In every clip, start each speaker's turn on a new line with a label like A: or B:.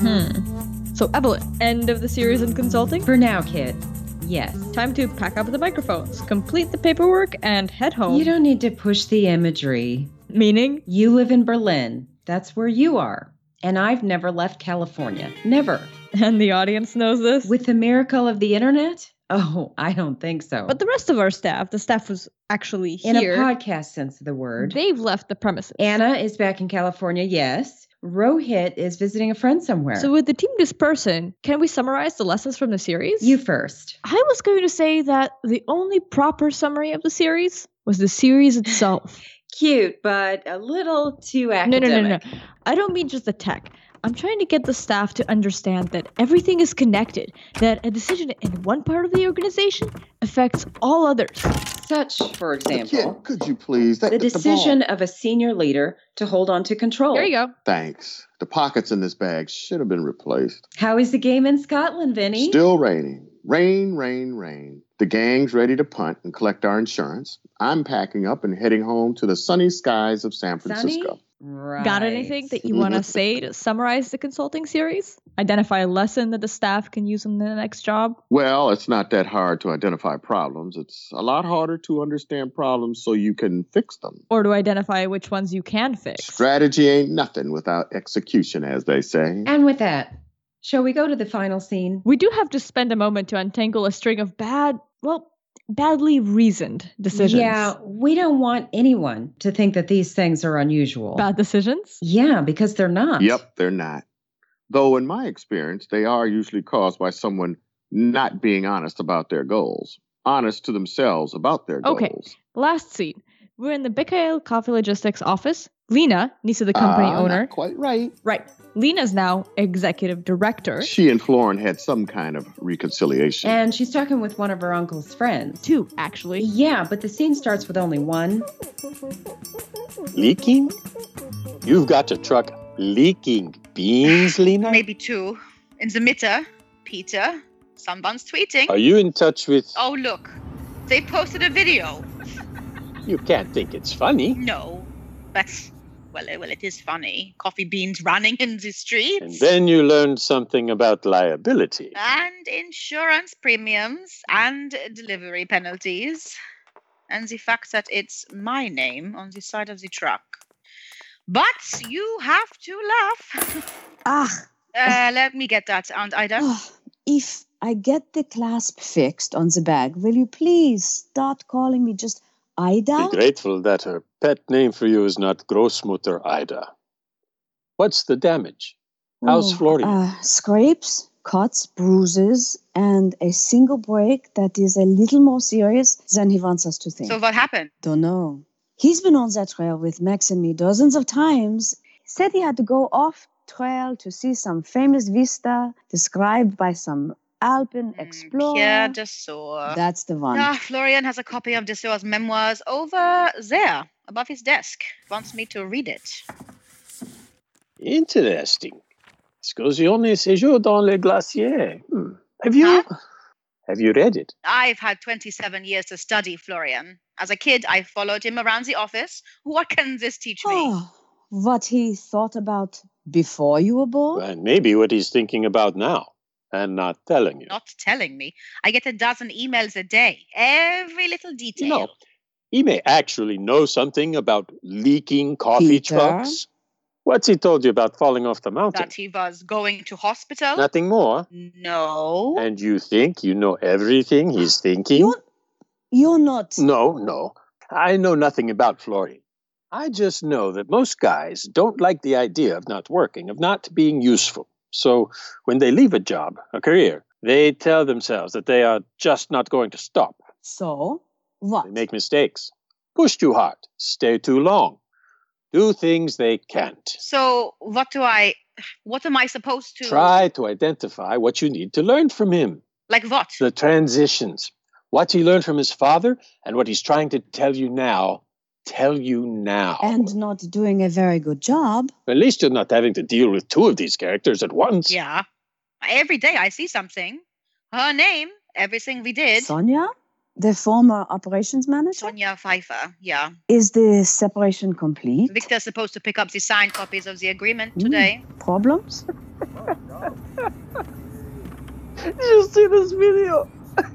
A: Mm-hmm. So, Evelyn, end of the series in consulting.
B: For now, kid. Yes.
A: Time to pack up the microphones, complete the paperwork, and head home.
B: You don't need to push the imagery.
A: Meaning?
B: You live in Berlin. That's where you are. And I've never left California. Never.
A: And the audience knows this?
B: With the miracle of the internet? Oh, I don't think so.
A: But the rest of our staff, the staff was actually
B: in
A: here.
B: a podcast sense of the word.
A: They've left the premises.
B: Anna is back in California, yes. Rohit is visiting a friend somewhere.
A: So, with the team dispersing, can we summarize the lessons from the series?
B: you first.
A: I was going to say that the only proper summary of the series was the series itself.
B: Cute, but a little too
A: no,
B: academic.
A: no, no, no. I don't mean just the tech. I'm trying to get the staff to understand that everything is connected, that a decision in one part of the organization affects all others.
B: Such, for
C: Kid,
B: example,
C: could you please? That,
B: the
C: ball.
B: decision of a senior leader to hold on to control.
A: There you go.
C: Thanks. The pockets in this bag should have been replaced.
B: How is the game in Scotland, Vinny?
C: Still raining. Rain, rain, rain. The gang's ready to punt and collect our insurance. I'm packing up and heading home to the sunny skies of San
B: Sunny?
C: Francisco.
B: Right.
A: Got anything that you want to say to summarize the consulting series? Identify a lesson that the staff can use in the next job?
C: Well, it's not that hard to identify problems. It's a lot harder to understand problems so you can fix them.
A: Or to identify which ones you can fix?
C: Strategy ain't nothing without execution, as they say.
B: And with that, shall we go to the final scene?
A: we do have to spend a moment to untangle a string of bad, well, badly reasoned decisions.
B: Yeah, we don't want anyone to think that these things are unusual.
A: Bad decisions?
B: yeah, because they're not.
C: Yep, they're not. Though, in my experience, they are usually caused by someone not being honest about their goals, honest to themselves about their
A: Okay.
C: goals.
A: Last scene. We're in the Bikael Coffee Logistics office. Lena, niece of the company
C: Ah,
A: owner.
C: not quite right.
A: Right. Lena's now executive director.
C: She and Florin had some kind of reconciliation.
B: And she's talking with one of her uncle's friends.
A: Two, actually.
B: Yeah, but the scene starts with only one.
D: Leaking? You've got a truck leaking beans, Lena?
E: Maybe two. In the middle, Peter, someone's tweeting.
D: Are you in touch with.
E: Oh, look. They posted a video.
D: You can't think it's funny.
E: No, but well, it- well, it is funny. Coffee beans running in the streets.
D: And then you learned something about liability.
E: And insurance premiums and delivery penalties. And the fact that it's my name on the side of the truck. But you have to laugh.
F: Ah,
E: Uh, let me get that, Aunt Ida.
F: oh, if I get the clasp fixed on the bag, will you please start calling me just Ida?
D: Be grateful that her pet name for you is not Grossmutter Ida. What's the damage? How's
F: Oh,
D: Florian?
F: Uh, scrapes, cuts, bruises, and a single break that is a little more serious than he wants us to think.
E: So what happened?
F: Don't know. He's been on that trail with Max and me dozens of times. Said he had to go off trail to see some famous vista described by some Alpen explorer.
E: Mm, Pierre de Sor.
F: That's the one.
E: Ah, Florian has a copy of Desor's memoirs over there, above his desk. Wants me to read it.
D: Interesting. Scossione séjour dans les glaciers. Hmm. Have you. Have you read it?
E: I've had 27 years to study Florian. As a kid, I followed him around the office. What can this teach me?
F: Oh, what he thought about before you were born?
D: And maybe what he's thinking about now and not telling you.
E: Not telling me. I get a dozen emails a day. Every little detail.
D: No. He may actually know something about leaking coffee
F: Peter?
D: trucks. What's he told you about falling off the mountain?
E: That he was going to hospital.
D: Nothing more.
E: no.
D: And you think you know everything he's thinking?
F: You're, you're not.
D: No, no. I know nothing about Florian. I just know that most guys don't like the idea of not working, of not being useful. So when they leave a job, a career, they tell themselves that they are just not going to stop.
F: So, what?
D: They make mistakes, push too hard, stay too long, do things they can't.
E: So what do I? What am I supposed to?
D: Try to identify what you need to learn from him.
E: Like what?
D: The transitions. What he learned from his father and what he's trying to tell you now. Tell you now.
F: and not doing a very good job.
D: at least you're not having to deal with two of these characters at once.
E: Yeah. Every day I see something. Her name. Everything we did.
F: Sonia? the former operations manager.
E: Sonia Pfeiffer, yeah.
F: Is the separation complete?
E: Victor's supposed to pick up the signed copies of the agreement
F: Mm.
E: today.
F: Problems?
G: Did you see this video?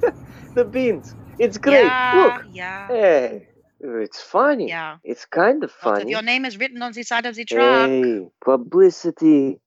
G: the beans. It's great.
E: Yeah,
G: Look.
E: yeah,
G: Hey, it's funny.
E: yeah.
G: It's kind of
E: What if
G: funny.
E: your name is written on the side of the truck?
G: Hey, publicity.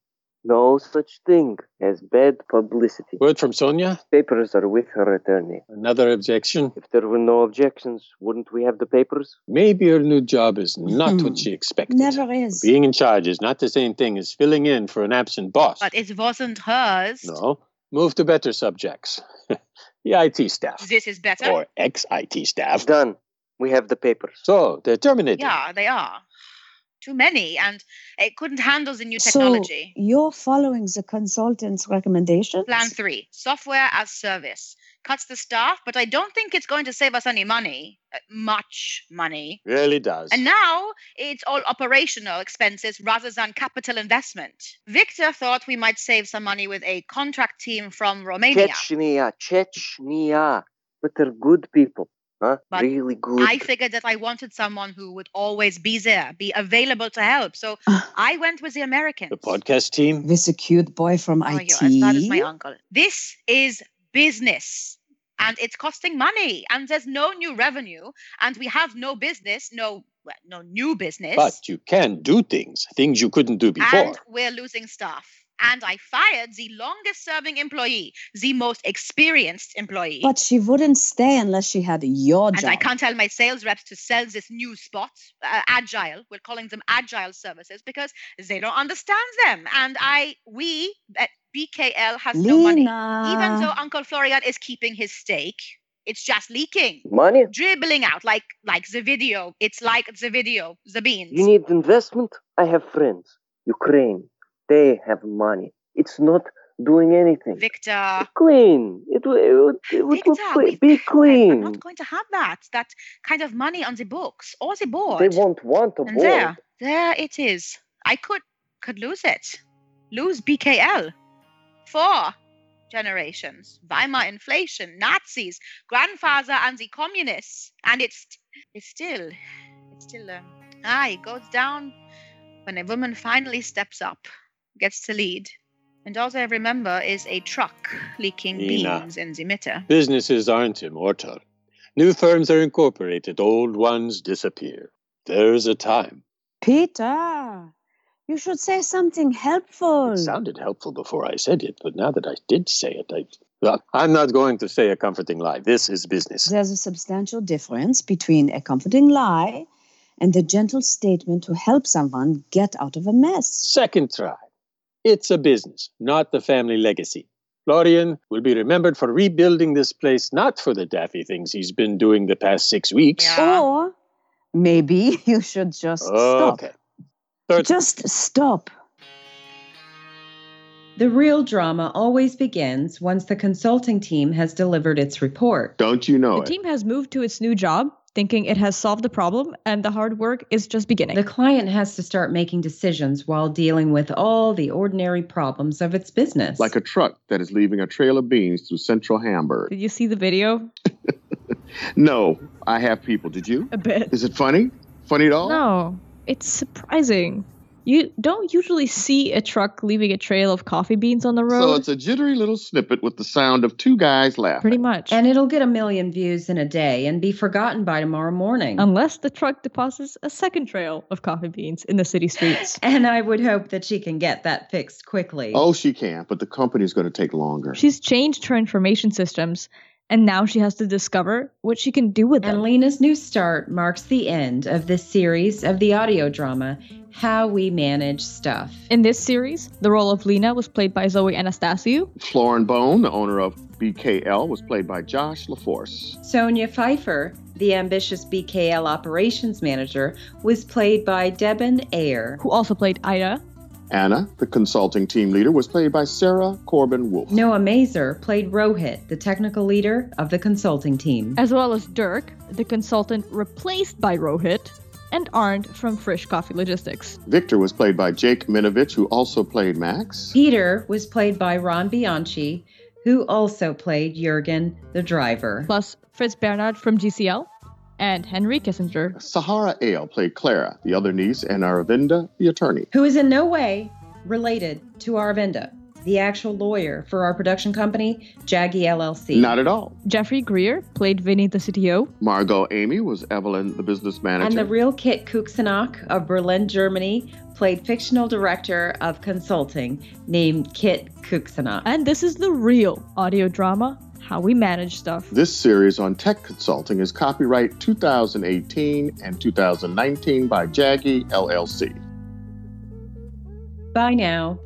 G: No such thing as bad publicity.
D: Word from Sonia?
G: Papers are with her attorney.
D: Another objection?
G: If there were no objections, wouldn't we have the papers?
D: Maybe her new job is not what she expected.
F: Hmm. Never is.
D: Being in charge is not the same thing as filling in for an absent boss.
E: But it wasn't hers.
D: No. Move to better subjects. the IT staff.
E: This is better.
D: Or ex IT staff.
G: Done. We have the papers.
D: So they're terminated.
E: yeah, they are. Too many, and it couldn't handle the new
F: so
E: technology.
F: you're following the consultant's recommendations?
E: Plan three software as service. Cuts the staff, but I don't think it's going to save us any money. Uh, much money.
D: Really does.
E: And now it's all operational expenses rather than capital investment. Victor thought we might save some money with a contract team from Romania.
G: Chechnya, Chechnya. But they're good people. Huh?
E: But
G: really good.
E: I figured that I wanted someone who would always be there, be available to help. So I went with the Americans.
D: the podcast team?
F: This a cute boy from
E: Oh,
F: IT.
E: you're as bad as my uncle. This is business. And it's costing money. And there's no new revenue. And we have no business, no well, no new business.
D: But you can do things, things you couldn't do before.
E: And we're losing staff. And I fired the longest serving employee, the most experienced employee.
F: but she wouldn't stay unless she had your
E: and
F: job.
E: I can't tell my sales reps to sell this new spot, uh, agile. We're calling them agile services because they don't understand them. And I, we at BKL has no money.
F: Lena.
E: Even though Uncle Florian is keeping his stake, it's just leaking,
G: Money?
E: dribbling out like like the video. It's like the video, the beans.
G: You need investment? I have friends. Ukraine. They have money. It's not doing anything.
E: Victor.
G: clean. It, w- it would, it would
E: Victor,
G: look cle-
E: we've-
G: be
E: I'm
G: clean.
E: not going to have that. That kind of money on the books or the board.
G: They won't want a
E: and
G: board.
E: there, there it is. I could could lose it. Lose BKL. Four generations. Weimar inflation, Nazis, grandfather and the communists. And it's it's still it's still um, ah, it goes down when a woman finally steps up, gets to lead. And all I remember is a truck leaking
D: Nina.
E: beans in the mitter.
D: Businesses aren't immortal. New firms are incorporated, old ones disappear. There's a time.
F: Peter, you should say something helpful.
E: Oh.
D: It sounded helpful before I said it, but now that I did say it, I. Well, I'm not going to say a comforting lie. This is business.
F: There's a substantial difference between a comforting lie and the gentle statement to help someone get out of a mess.
D: Second try. It's a business, not the family legacy. Florian will be remembered for rebuilding this place, not for the daffy things he's been doing the past six weeks.
E: Yeah. Ah.
F: Or maybe you should just
D: Oh, Okay.
F: stop.
D: Third
F: Just stop.
B: The real drama always begins once the consulting team has delivered its report.
C: Don't you know
A: The
C: it?
A: team has moved to its new job, thinking it has solved the problem, and the hard work is just beginning.
B: The client has to start making decisions while dealing with all the ordinary problems of its business.
C: Like a truck that is leaving a trail of beans through central Hamburg.
A: Did you see the video?
C: No, I have people. Did you?
A: A bit.
C: Is it funny? Funny at all?
A: No, it's surprising. You don't usually see a truck leaving a trail of coffee beans on the
C: So
A: road.
C: it's a jittery little snippet with the sound of two guys laughing.
A: pretty much.
B: and it'll get a million views in a day and be forgotten by tomorrow morning.
A: Unless the truck deposits a second trail of coffee beans in the city streets.
B: and I would hope that she can get that fixed quickly.
C: Oh, she can, but the company's going to take longer.
A: She's changed her information systems, and now she has to discover what she can do with
B: And
A: them.
B: Lena's new start marks the end of this series of the audio drama, How We Manage Stuff.
A: In this series, the role of Lena was played by Zoe Anastasiou.
C: Florin Bone, the owner of BKL, was played by Josh LaForce.
B: Sonia Pfeiffer, the ambitious BKL operations manager, was played by Deben Ayer.
A: who also played Ida.
C: Anna, the consulting team leader, was played by Sarah Corbin Wolf.
B: Noah Mazer played Rohit, the technical leader of the consulting team.
A: as well as Dirk, the consultant replaced by Rohit, and Arndt from Frisch Coffee Logistics.
C: Victor was played by Jake Minovich, who also played Max.
B: Peter was played by Ron Bianchi, who also played Jurgen the driver.
A: plus Fritz Bernard from GCL and Henry Kissinger.
C: Sahara Ale played Clara, the other niece, and Aravinda, the attorney.
B: who is in no way related to Arvinda, the actual lawyer for our production company, Jaggy LLC.
C: Not at all.
A: Jeffrey Greer played Vinny the CTO.
C: Margot Amy was Evelyn, the business
B: and
C: manager.
B: the real Kit Kuksanok of Berlin, Germany, played fictional director of consulting named Kit Kuksanok.
A: And this is the real audio drama, How We Manage Stuff.
C: this series on tech consulting is copyright 2018 and 2019 by Jaggy LLC.
B: Bye now.